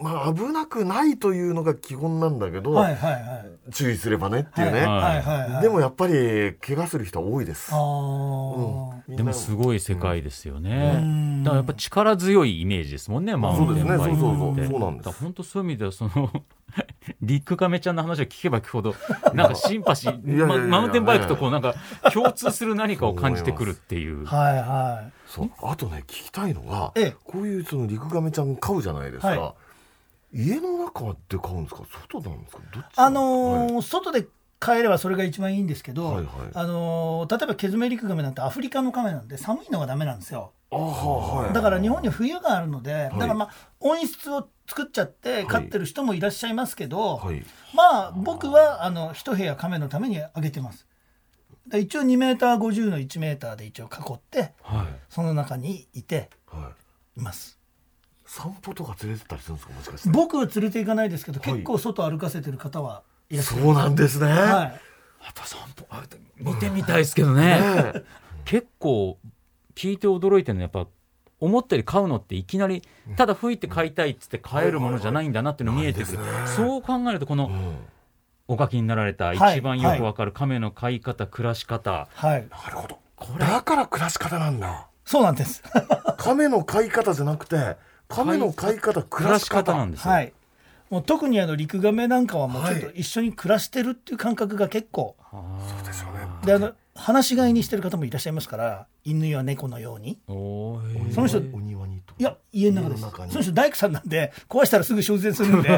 [SPEAKER 3] まあ危なくないというのが基本なんだけど、
[SPEAKER 4] はいはいはい
[SPEAKER 3] 注意すればねっていうね、
[SPEAKER 4] はい
[SPEAKER 2] は
[SPEAKER 4] はいはいはい
[SPEAKER 3] でもやっぱり怪我する人は多いです
[SPEAKER 4] あー
[SPEAKER 3] うん
[SPEAKER 2] でもすごい世界ですよね、
[SPEAKER 4] うん
[SPEAKER 2] だからやっぱ力強いイメージですもんねマウンテンバイクって
[SPEAKER 3] そうですねそうそうそうそうなんです
[SPEAKER 2] だから本当そういう意味ではその リックカメちゃんの話を聞けば聞くほ どなんかシンパシー
[SPEAKER 3] いやいやいや
[SPEAKER 2] ま
[SPEAKER 3] いや
[SPEAKER 2] マウンテンバイクとこうなんか共通する何かを感じてくるっていう
[SPEAKER 4] はいは
[SPEAKER 3] そうあとね聞きたいのが
[SPEAKER 4] ええ
[SPEAKER 3] こういうそのリクガメちゃん飼うじゃないですか、
[SPEAKER 4] は
[SPEAKER 3] 家の中で飼うんですか外なんですかどっち
[SPEAKER 4] いあの
[SPEAKER 3] はい
[SPEAKER 4] ー外で帰ればそれが一番いいんですけど、
[SPEAKER 3] はいはい
[SPEAKER 4] あのー例えばケズメリクガメなんてアフリカのカメなんで寒いのがダメなんですよ
[SPEAKER 3] あははい
[SPEAKER 4] だから日本には冬があるので、だからまあ温室を作っちゃって
[SPEAKER 3] い
[SPEAKER 4] 飼ってる人もいらっしゃいますけど、
[SPEAKER 3] はい
[SPEAKER 4] まあ僕はあの一部屋亀のためにあげてます。だから一応2メーター50の1メーターで一応囲って
[SPEAKER 2] はい
[SPEAKER 4] その中にいて
[SPEAKER 3] はい
[SPEAKER 4] います。
[SPEAKER 3] 散歩とか連れてったりするんですかもしかして
[SPEAKER 4] 僕は連れて行かないですけど、
[SPEAKER 3] はい
[SPEAKER 4] 結構外歩かせてる方はいらっしゃ
[SPEAKER 3] そうなんですね、
[SPEAKER 4] る。はい。
[SPEAKER 2] やっぱ散歩あ見てみたいですけどね
[SPEAKER 3] ねえ
[SPEAKER 2] 結構聞いて驚いてるのはやっぱ思ったより飼うのっていきなりただ吹いて飼いたいっつって飼えるものじゃないんだなっていうの見えてくる、
[SPEAKER 3] はいはいはい
[SPEAKER 2] そう考えるとこの、
[SPEAKER 3] うん
[SPEAKER 2] お書きになられた
[SPEAKER 4] はい
[SPEAKER 2] 一番よくわかる亀の飼い方、暮らし方
[SPEAKER 4] はい。
[SPEAKER 3] なるほど
[SPEAKER 2] これ
[SPEAKER 3] だから暮らし方なん だ
[SPEAKER 4] そうなんです。
[SPEAKER 3] 亀の飼い方じゃなくて亀の飼い方暮
[SPEAKER 2] 暮
[SPEAKER 3] ら
[SPEAKER 2] ら
[SPEAKER 3] し
[SPEAKER 2] し
[SPEAKER 3] 方
[SPEAKER 2] 方なんですよ、
[SPEAKER 4] はい。もう特にあの陸亀なんかはもうちょっと
[SPEAKER 3] は
[SPEAKER 4] 一緒に暮らしてるっていう感覚が結構。
[SPEAKER 2] そう
[SPEAKER 3] ですよね
[SPEAKER 4] であの話し飼いにしてる方もいらっしゃいますから、犬や猫のように。
[SPEAKER 2] おーへー
[SPEAKER 4] その人
[SPEAKER 3] お庭にと
[SPEAKER 4] いや、家の中です。
[SPEAKER 3] 家の中に
[SPEAKER 4] その人大工さんなんで、壊したらすぐ修繕す るんで。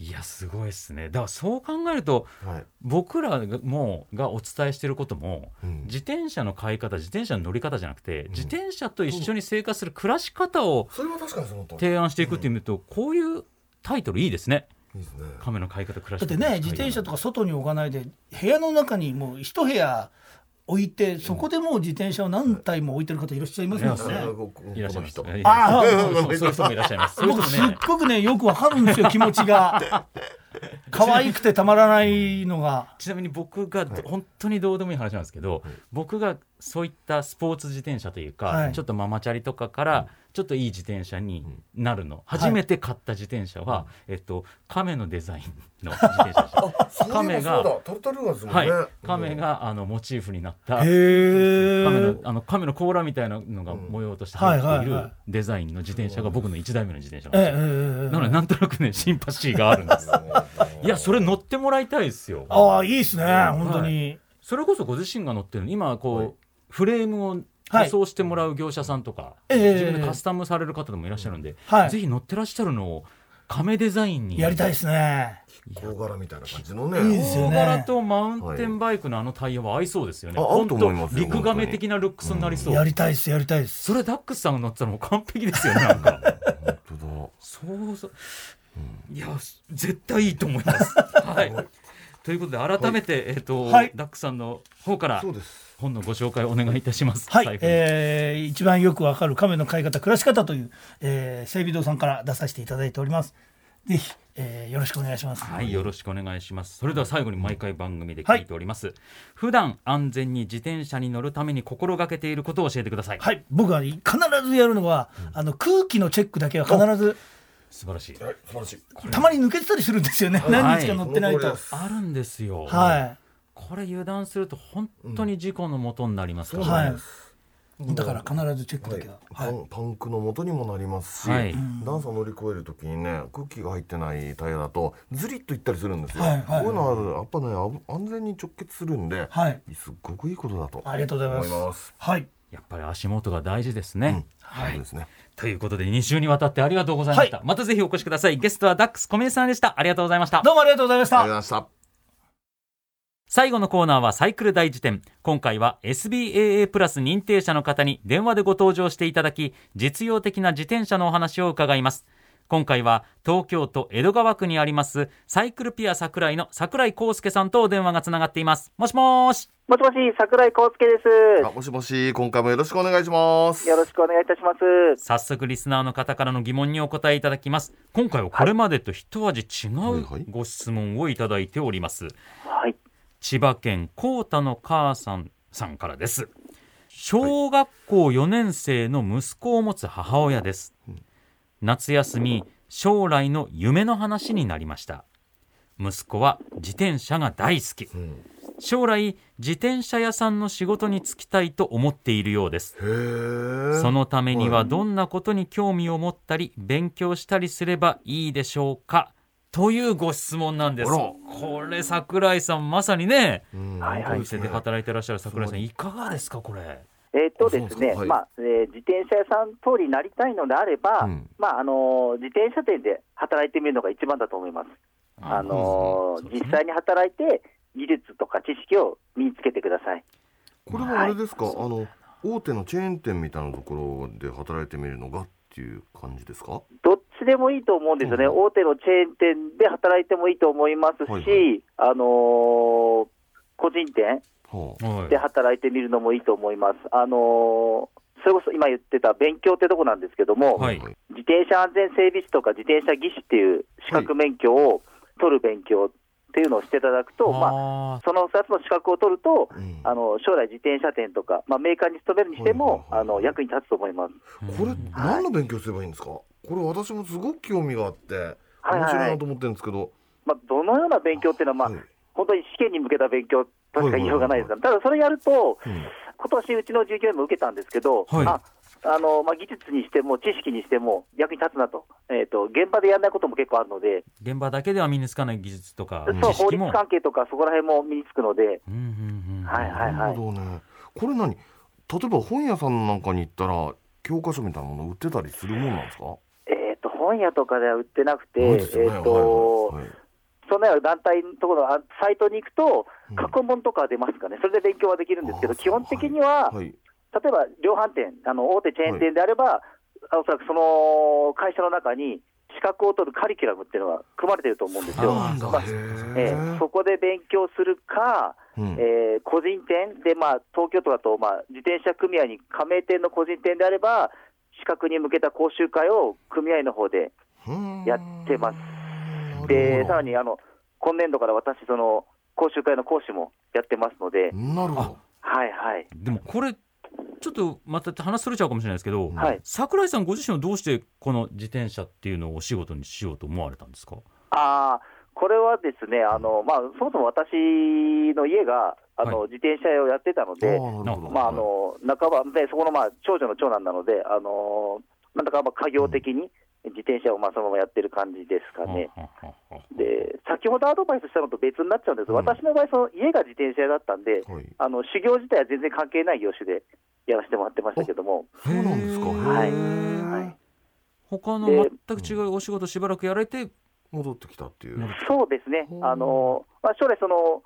[SPEAKER 2] いやすごいですねだからそう考えると
[SPEAKER 3] はい
[SPEAKER 2] 僕らがもうがお伝えしてることも、
[SPEAKER 3] うん
[SPEAKER 2] 自転車の買い方自転車の乗り方じゃなくて、
[SPEAKER 3] ん
[SPEAKER 2] 自転車と一緒に生活する暮らし方を
[SPEAKER 3] それは確かにその通り
[SPEAKER 2] 提案していくっていうと、こういうタイトルいいですね
[SPEAKER 3] いいですね
[SPEAKER 2] 亀の飼い方暮らし
[SPEAKER 4] だ
[SPEAKER 2] 方
[SPEAKER 4] ってね、自転車と
[SPEAKER 2] か
[SPEAKER 4] か外に置かないで、部屋の中にもう一部屋置いて、そこでもう自転車を何台も置いてる方いらっしゃいますもん
[SPEAKER 2] い
[SPEAKER 4] ね
[SPEAKER 2] や。いらっしゃいますいやいや
[SPEAKER 4] あー
[SPEAKER 2] そうそうそういう人もいらっしゃいますそういう
[SPEAKER 4] 僕
[SPEAKER 2] 人
[SPEAKER 4] す
[SPEAKER 2] も
[SPEAKER 4] っ
[SPEAKER 2] ね
[SPEAKER 4] ごくね、よくわかるんですよ、気持 ちが。可愛くてたまらないのが。
[SPEAKER 2] ちなみに僕がど本当にどうでもいい話なんですけど、僕がそういったスポーツ自転車というか、
[SPEAKER 4] はい
[SPEAKER 2] ちょっとママチャリとかからちょっといい自転車になるの、
[SPEAKER 4] い
[SPEAKER 2] 初めて買った自転車は、えっと、亀のデザインの自転車でした。
[SPEAKER 3] 亀
[SPEAKER 2] 亀
[SPEAKER 3] が
[SPEAKER 2] が
[SPEAKER 3] タルタルがですもん
[SPEAKER 2] は
[SPEAKER 3] ね
[SPEAKER 2] い、亀があのモチーフになった
[SPEAKER 4] へ
[SPEAKER 2] 亀の
[SPEAKER 4] ー。
[SPEAKER 2] あの亀の甲羅みたいなのが模様として
[SPEAKER 4] は
[SPEAKER 2] 入
[SPEAKER 4] いはい
[SPEAKER 2] ってい
[SPEAKER 4] は
[SPEAKER 2] る
[SPEAKER 4] い
[SPEAKER 2] デザインの自転車が僕の1台目の自転車な
[SPEAKER 4] ええ
[SPEAKER 2] ん
[SPEAKER 4] え
[SPEAKER 2] ですよ
[SPEAKER 4] えええ
[SPEAKER 2] なのでなんとなくねシンパシーがあるん ですいやそれ乗ってもらいたいですよ
[SPEAKER 4] ああ、いいですね、本当に。
[SPEAKER 2] それこそご自身が乗ってるの今こう、
[SPEAKER 3] はい
[SPEAKER 2] フレームを
[SPEAKER 4] はい
[SPEAKER 2] 塗装してもらう業者さんとか、
[SPEAKER 4] ええ
[SPEAKER 2] 自分でカスタムされる方でもいらっしゃるんで、
[SPEAKER 4] はい
[SPEAKER 2] ぜひ乗ってらっしゃるのを亀デザインに
[SPEAKER 4] やりたいですね。
[SPEAKER 3] 甲柄みたいな感じのね
[SPEAKER 4] いいですよ
[SPEAKER 2] 大
[SPEAKER 4] ね
[SPEAKER 2] 柄とマウンテンバイクのあのタイヤは合いそうですよね、
[SPEAKER 3] はいあ合うと思いますよ
[SPEAKER 2] 本当陸亀的なルックスになりそう、
[SPEAKER 4] やりたいです、やりたいです。
[SPEAKER 2] それダックスさんが乗ってたのも完璧ですよねなんか
[SPEAKER 3] 本当だ
[SPEAKER 2] そうそういや絶対いいと思います、はい、ということで改めて、えっ、と、
[SPEAKER 4] はい
[SPEAKER 2] ダックスさんの方から
[SPEAKER 3] そうです
[SPEAKER 2] 本のご紹介をお願いいたします
[SPEAKER 4] はい
[SPEAKER 2] 最、後に
[SPEAKER 4] えー、一番よくわかる亀の飼い方、暮らし方という、えー、整備堂さんから出させていただいております。ぜひ、えー、よろしくお願いします。
[SPEAKER 2] はい、よろしくお願いします。それでは最後に毎回番組で聞いております。普段安全に自転車に乗るために心がけていることを教えてください。
[SPEAKER 4] はい、僕は必ずやるのは、あの空気のチェックだけは必ず
[SPEAKER 2] 素晴らしい
[SPEAKER 3] はい、素晴らしい。
[SPEAKER 4] たまに抜けてたりするんですよね、
[SPEAKER 2] い
[SPEAKER 4] 何日か乗ってないと。
[SPEAKER 3] この
[SPEAKER 4] は
[SPEAKER 3] 通りです
[SPEAKER 2] あるんですよ、
[SPEAKER 4] い、は
[SPEAKER 2] これ油断すると本当に事故のもとになりますから、
[SPEAKER 4] い、
[SPEAKER 2] ね
[SPEAKER 4] だから必ずチェックだけは。
[SPEAKER 3] パンパンクの元にもなりますし、
[SPEAKER 2] はい
[SPEAKER 3] 段差乗り越えるときにね空気が入ってないタイヤだとずりっといったりするんですよ、
[SPEAKER 4] はいはい
[SPEAKER 3] こういうのはやっぱねあぶ安全に直結するんで、
[SPEAKER 4] はい、
[SPEAKER 3] すっごくいいことだと
[SPEAKER 4] ありがとうございます
[SPEAKER 3] 思います、
[SPEAKER 4] はい、
[SPEAKER 2] やっぱり足元が大事ですね、
[SPEAKER 3] うん
[SPEAKER 4] はい
[SPEAKER 3] そうですね
[SPEAKER 2] ということで2週にわたってありがとうございました、
[SPEAKER 4] は
[SPEAKER 2] またぜひお越しくださいゲストはダックス小宮さんでしたありがとうございました
[SPEAKER 4] どうもありがとうございまし
[SPEAKER 3] あ
[SPEAKER 4] た
[SPEAKER 3] り。がとうございました
[SPEAKER 2] 最後のコーナーはサイクル大辞典今回は SBAA プラス認定者の方に電話でご登場していただき実用的な自転車のお話を伺います今回は東京都江戸川区にありますサイクルピア桜井の桜井康介さんとお電話がつながっていますもしもーし
[SPEAKER 5] もしもし、桜井康介で
[SPEAKER 3] あもしもし今回もよろしくお願いします
[SPEAKER 5] す。よろしくお願いいたします。
[SPEAKER 2] 早速リスナーの方からの疑問にお答えいただきます今回はこれまでと一味違
[SPEAKER 3] はいはいう
[SPEAKER 2] ご質問をいただいております、
[SPEAKER 5] はい。
[SPEAKER 2] 千葉県幸太の母さんさんからです小学校4年生の息子を持つ母親です夏休み将来の夢の話になりました息子は自転車が大好き
[SPEAKER 3] うん
[SPEAKER 2] 将来自転車屋さんの仕事に就きたいと思っているようです
[SPEAKER 3] へえ
[SPEAKER 2] そのために
[SPEAKER 3] は
[SPEAKER 2] はいどんなことに興味を持ったり勉強したりすればいいでしょうかというご質問なんです
[SPEAKER 3] あら
[SPEAKER 2] これ桜井さんまさにね
[SPEAKER 3] うん
[SPEAKER 5] はい
[SPEAKER 2] お
[SPEAKER 5] はい
[SPEAKER 2] 店で働いてらっしゃる桜井さん
[SPEAKER 3] そう
[SPEAKER 2] いかがですかこれ
[SPEAKER 5] えーっとですね、
[SPEAKER 3] あそうですかはい
[SPEAKER 5] まあ、えー自転車屋さん通りになりたいのであれば、
[SPEAKER 3] うん
[SPEAKER 5] まあ、あのー自転車店で働いてみるのが一番だと思います。あのー
[SPEAKER 2] そうですね
[SPEAKER 5] 実際に働いて、技術とか知識を身につけてください。
[SPEAKER 3] これはあれですか、あの大手のチェーン店みたいなところで働いてみるのがっていう感じですか
[SPEAKER 5] どっちでもいいと思うんですよね、
[SPEAKER 3] うん
[SPEAKER 5] 大手のチェーン店で働いてもいいと思いますし、
[SPEAKER 3] はいはい
[SPEAKER 5] あのー個人店
[SPEAKER 3] は
[SPEAKER 2] はい
[SPEAKER 5] で働いてみるのもいいと思います。あのーそれこそ今言ってた勉強ってとこなんですけども、
[SPEAKER 2] は
[SPEAKER 3] あ
[SPEAKER 2] い
[SPEAKER 5] 自転車安全整備士とか自転車技師っていう資格免許を取る勉強っていうのをしていただくと、まあ、
[SPEAKER 2] あ
[SPEAKER 5] その2つの資格を取ると、
[SPEAKER 3] うん
[SPEAKER 5] あの将来、自転車店とか、まあ、メーカーに勤めるにしても、
[SPEAKER 3] はいはいはい
[SPEAKER 5] あの役に立つと思います。
[SPEAKER 2] ー
[SPEAKER 3] これ
[SPEAKER 2] うん
[SPEAKER 3] 何の勉強すればいいんですかこれ私もすごく興味があって
[SPEAKER 5] は
[SPEAKER 3] 面
[SPEAKER 5] いはい
[SPEAKER 3] 白いなと思ってるんですけど、
[SPEAKER 5] まあ、どのような勉強っていうのは、まあ
[SPEAKER 3] はい
[SPEAKER 5] 本当に試験に向けた勉強としか言いようがないですから、ただそれやると、
[SPEAKER 3] うん
[SPEAKER 5] 今年うちの従業員も受けたんですけど、
[SPEAKER 2] はい
[SPEAKER 5] ああのまあ、技術にしても、知識にしても、役に立つなと,、えー、と、現場でやらないことも結構あるので、
[SPEAKER 2] 現場だけでは身につかない技術とか
[SPEAKER 5] そう
[SPEAKER 2] 知
[SPEAKER 5] 法
[SPEAKER 2] 識
[SPEAKER 5] 律
[SPEAKER 2] も
[SPEAKER 5] 関係とか、そこら辺も身につくので、
[SPEAKER 2] うんうんうん
[SPEAKER 5] はいはい
[SPEAKER 3] な
[SPEAKER 5] は
[SPEAKER 3] る
[SPEAKER 5] い、
[SPEAKER 3] ほどねこれ何例えば本屋さんなんかに行ったら教科書みたいなもの売ってたりするもんなんですか、
[SPEAKER 5] えー、と本屋とかでは売ってなくて、
[SPEAKER 3] ない
[SPEAKER 5] え
[SPEAKER 3] ですよね
[SPEAKER 5] ーと
[SPEAKER 3] はいはいはい
[SPEAKER 5] そのような団体のところあサイトに行くと、
[SPEAKER 3] うん
[SPEAKER 5] 過去問とかは出ますかね、それで勉強はできるんですけ
[SPEAKER 3] あ
[SPEAKER 5] ど、
[SPEAKER 3] ー
[SPEAKER 5] 基本的には、
[SPEAKER 3] はい
[SPEAKER 5] 例えば量販店、あの大手チェーン店であれば、あおそらくその会社の中に資格を取るカリキュラムっていうのが組まれてると思うんですよ。
[SPEAKER 3] あなんだ
[SPEAKER 5] まあ
[SPEAKER 3] へ
[SPEAKER 5] え
[SPEAKER 3] ー
[SPEAKER 5] ーそこで勉強するか、
[SPEAKER 3] うん
[SPEAKER 5] えー個人店で、まあ、東京都だと、まあ、自転車組合に加盟店の個人店であれば、資格に向けた講習会を組合の方で
[SPEAKER 3] うん
[SPEAKER 5] やってます。
[SPEAKER 3] なる
[SPEAKER 5] で、
[SPEAKER 3] ほど
[SPEAKER 5] さらにあの今年度から私、その講習会の講師もやってますので、
[SPEAKER 3] なるほど
[SPEAKER 5] はいはい、
[SPEAKER 2] でもこれちょっとまた話それちゃうかもしれないですけど、
[SPEAKER 3] うん
[SPEAKER 5] はい、
[SPEAKER 2] 桜井さんご自身はどうしてこの自転車っていうのをお仕事にしようと思われたんですか
[SPEAKER 5] あーこれはですね、あのまあ、そもそも私の家があ
[SPEAKER 2] は
[SPEAKER 5] の、自転車屋をやってたの
[SPEAKER 3] あ
[SPEAKER 5] で、
[SPEAKER 3] ーなるほど
[SPEAKER 5] まあ、あの半ばで、そこの、まあ、長女の長男なので、あのなんだかまあ家業的に自転車をまあそのままやってる感じですかね。
[SPEAKER 2] はあはあはあ
[SPEAKER 5] で先ほどアドバイスしたのと別になっちゃうんです、
[SPEAKER 3] うん
[SPEAKER 5] 私の場合、その家が自転車屋だったんで、
[SPEAKER 3] はい
[SPEAKER 5] あの修行自体は全然関係ない業種でやらせてもらってましたけども、
[SPEAKER 3] そうなんですか
[SPEAKER 2] へー
[SPEAKER 5] はい
[SPEAKER 3] はい
[SPEAKER 2] 他の
[SPEAKER 5] で
[SPEAKER 2] 全く違うお仕事しばらくやられて、
[SPEAKER 3] 戻ってきたっていう
[SPEAKER 2] うん
[SPEAKER 5] そうですね
[SPEAKER 3] う、ん
[SPEAKER 5] あのまあ、将来、その、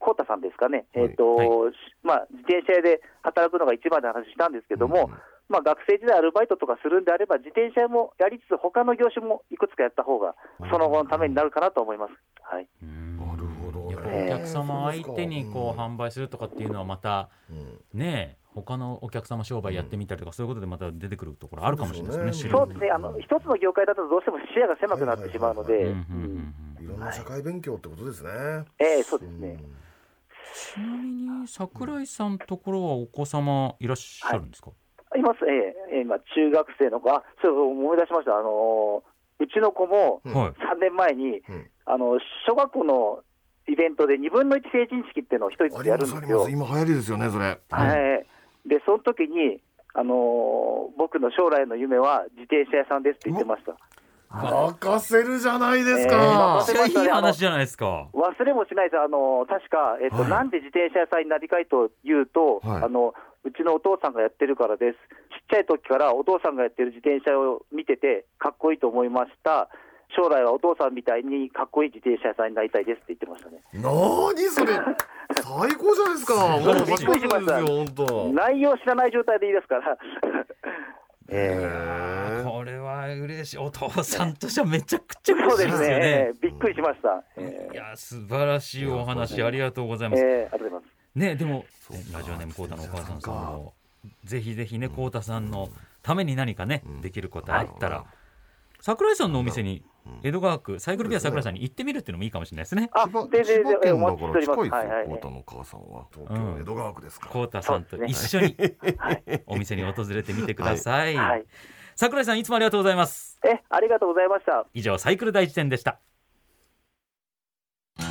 [SPEAKER 5] コウタさんですかね、
[SPEAKER 3] はい
[SPEAKER 5] えっと
[SPEAKER 2] はい
[SPEAKER 5] しまあ、自転車屋で働くのが一番の話したんですけども、
[SPEAKER 3] う
[SPEAKER 5] まあ、学生時代、アルバイトとかするんであれば、自転車屋もやりつつ、他の業種もいくつかやった方が、その後のためになるかなと思います。はい、
[SPEAKER 2] うん
[SPEAKER 3] なるほどね
[SPEAKER 2] やっぱお客様相手にこう
[SPEAKER 3] そうですか
[SPEAKER 2] 販売するとかっていうのはまた
[SPEAKER 3] んうん
[SPEAKER 2] ね他のお客様商売やってみたりとかそういうことでまた出てくるところあるかもしれないですね
[SPEAKER 3] そうですね
[SPEAKER 2] 知ら
[SPEAKER 5] そ
[SPEAKER 2] な
[SPEAKER 5] う
[SPEAKER 2] い
[SPEAKER 5] ですねあの、一つの業界だとどうしても視野が狭くなってしまうので、
[SPEAKER 3] はいはい
[SPEAKER 2] うんうん
[SPEAKER 5] うん
[SPEAKER 2] うんうん
[SPEAKER 3] いろんな社会勉強ってことですね。
[SPEAKER 5] ええそうですね。
[SPEAKER 2] ちなみに桜井さんところはお子様いらっしゃるんですか、
[SPEAKER 5] います、ええええ今、中学生の子、あそう思い出しました、あのーうちの子も
[SPEAKER 3] うん
[SPEAKER 2] はい
[SPEAKER 5] 3年前に、
[SPEAKER 3] うん
[SPEAKER 5] あの小学校のイベントで2分の1成人式っていうのを一人
[SPEAKER 3] あ
[SPEAKER 5] ずつ
[SPEAKER 3] り
[SPEAKER 5] や
[SPEAKER 3] ま
[SPEAKER 5] るん
[SPEAKER 3] すあ
[SPEAKER 5] で
[SPEAKER 3] り
[SPEAKER 5] す
[SPEAKER 3] ま
[SPEAKER 5] よ
[SPEAKER 3] す。今流行りですよねそれ
[SPEAKER 5] はい、でその時にあのー僕の将来の夢は自転車屋さんですって言ってました。
[SPEAKER 3] 任せるじゃないです
[SPEAKER 5] えー
[SPEAKER 3] か
[SPEAKER 5] 任
[SPEAKER 2] めっちゃいい話じゃないですか。
[SPEAKER 5] 忘れもしないです、あの確か、えっと
[SPEAKER 3] はい
[SPEAKER 5] なんで自転車屋さんになりたいというと、
[SPEAKER 3] はい
[SPEAKER 5] あの、うちのお父さんがやってるからです、ちっちゃい時からお父さんがやってる自転車を見てて、かっこいいと思いました、将来はお父さんみたいにかっこいい自転車屋さんになりたいですって言ってましたね。
[SPEAKER 3] なーにそれ最高じゃないですかもう
[SPEAKER 5] びっくりしました
[SPEAKER 3] よ本当
[SPEAKER 5] 内容知らない状態でいいで すから、
[SPEAKER 3] へー
[SPEAKER 2] これは嬉しい。お父さんとしてはめちゃくちゃ
[SPEAKER 5] そ
[SPEAKER 2] 嬉
[SPEAKER 5] う
[SPEAKER 2] しい
[SPEAKER 5] で
[SPEAKER 2] ですす
[SPEAKER 5] ね
[SPEAKER 2] よ、ね
[SPEAKER 5] え。ーびっくりしました。え
[SPEAKER 2] いや素晴らしいお話ありがとうござい
[SPEAKER 5] ー
[SPEAKER 2] ます。
[SPEAKER 5] えーありがとうございます。
[SPEAKER 2] ねでも
[SPEAKER 3] うか
[SPEAKER 2] ラジオネームコータのお母さん
[SPEAKER 3] そ
[SPEAKER 2] さ
[SPEAKER 3] うんか
[SPEAKER 2] もぜひぜひねコータさんのために何かね、
[SPEAKER 3] うん
[SPEAKER 2] できることあったら、
[SPEAKER 3] はい
[SPEAKER 2] 桜井さんのお店に
[SPEAKER 3] うん
[SPEAKER 2] 江戸川区サイクルビア桜井さんに行ってみるっていうのもいいかもしれないですね。
[SPEAKER 5] あ
[SPEAKER 3] 千葉、
[SPEAKER 5] 全
[SPEAKER 3] 千
[SPEAKER 5] 然、
[SPEAKER 3] 葉
[SPEAKER 5] えー
[SPEAKER 3] 県
[SPEAKER 5] お待ちしており
[SPEAKER 3] だ
[SPEAKER 5] ま
[SPEAKER 3] か
[SPEAKER 5] す。
[SPEAKER 3] ら近いですよ、
[SPEAKER 5] はいはい
[SPEAKER 3] 太田のお母さんは東京江戸川区ですから、
[SPEAKER 2] コータさんと一緒にお店に訪れてみてください。
[SPEAKER 5] はい。
[SPEAKER 2] 桜井さんいつもありがとうございます。
[SPEAKER 5] え、ありがとうございました。
[SPEAKER 2] 以上サイクル大辞典でした。
[SPEAKER 1] 自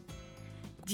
[SPEAKER 1] 自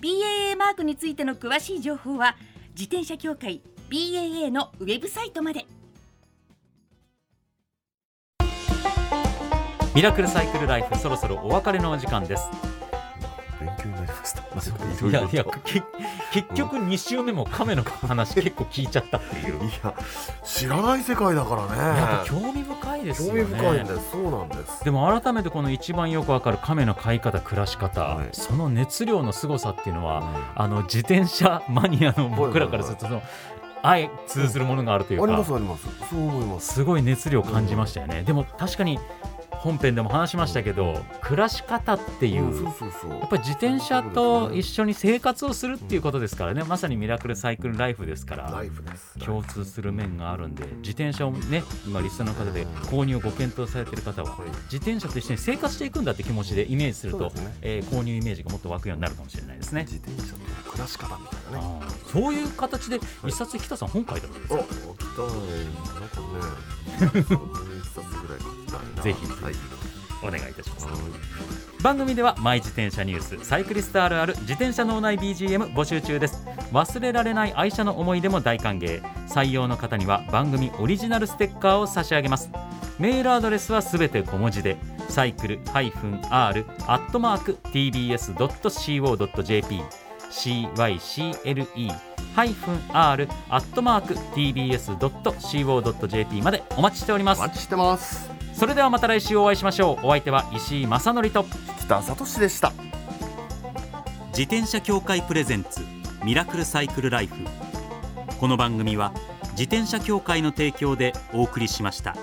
[SPEAKER 1] BAA マークについての詳しい情報は自転車協会 BAA のウェブサイトまで
[SPEAKER 2] ミラクルサイクルライフそろそろお別れのお時間です。
[SPEAKER 3] 勉強になりました
[SPEAKER 2] い
[SPEAKER 3] い
[SPEAKER 2] やいや
[SPEAKER 3] い
[SPEAKER 2] け 結局2週目も亀の話結構聞いちゃったっていう。
[SPEAKER 3] や知らない世界だから
[SPEAKER 2] やっぱ
[SPEAKER 3] ね
[SPEAKER 2] 興味深いです
[SPEAKER 3] 興
[SPEAKER 2] よ
[SPEAKER 3] 味
[SPEAKER 2] ね。
[SPEAKER 3] 深いんですそうなんです
[SPEAKER 2] でも改めてこの一番よくわかる亀の飼い方暮らし方、
[SPEAKER 3] はい
[SPEAKER 2] その熱量の凄さっていうのは、
[SPEAKER 3] あ
[SPEAKER 2] あの自転車マニアの僕らからするとその相通ずるものがあるという
[SPEAKER 3] りま
[SPEAKER 2] か
[SPEAKER 3] すありますそう思います
[SPEAKER 2] すごい熱量を感じましたよね、でも確かに本編でも話しましたけど暮らし方っていう、
[SPEAKER 3] うんそうそうそう
[SPEAKER 2] やっぱり自転車と一緒に生活をするっていうことですからね、まさにミラクルサイクルライフですから。
[SPEAKER 3] ライフです
[SPEAKER 2] 共通する面があるんで自転車をね今リストの方で購入をご検討されている方は
[SPEAKER 3] はい
[SPEAKER 2] 自転車と一緒に生活していくんだって気持ちでイメージする
[SPEAKER 3] そ
[SPEAKER 2] と
[SPEAKER 3] うですね
[SPEAKER 2] えー購入イメージがもっと湧くようになるかもしれないですね
[SPEAKER 3] 自転車と暮らし方みたいなね
[SPEAKER 2] あーそういう形で一冊北さん本書いたんです
[SPEAKER 3] あ、
[SPEAKER 2] か
[SPEAKER 3] 書きたい。なんかね、一冊ぐらい書きたいな。
[SPEAKER 2] ぜひ
[SPEAKER 3] はい。
[SPEAKER 2] お願いいたします
[SPEAKER 3] はい
[SPEAKER 2] 番組ではマイ自転車ニュースサイクリストあるある自転車脳内 BGM 募集中です忘れられない愛車の思い出も大歓迎採用の方には番組オリジナルステッカーを差し上げますメールアドレスはすべて小文字でサイクル -r-tbs.co.jp cycle-r-tbs.co.jp までお待ちしておりま
[SPEAKER 3] お
[SPEAKER 2] す
[SPEAKER 3] 待ちしてます。
[SPEAKER 2] それではまた来週お会いしましょうお相手は石井正則と
[SPEAKER 3] 北里氏でした。
[SPEAKER 6] 自転車協会プレゼンツミラクルサイクルライフこの番組は自転車協会の提供でお送りしました。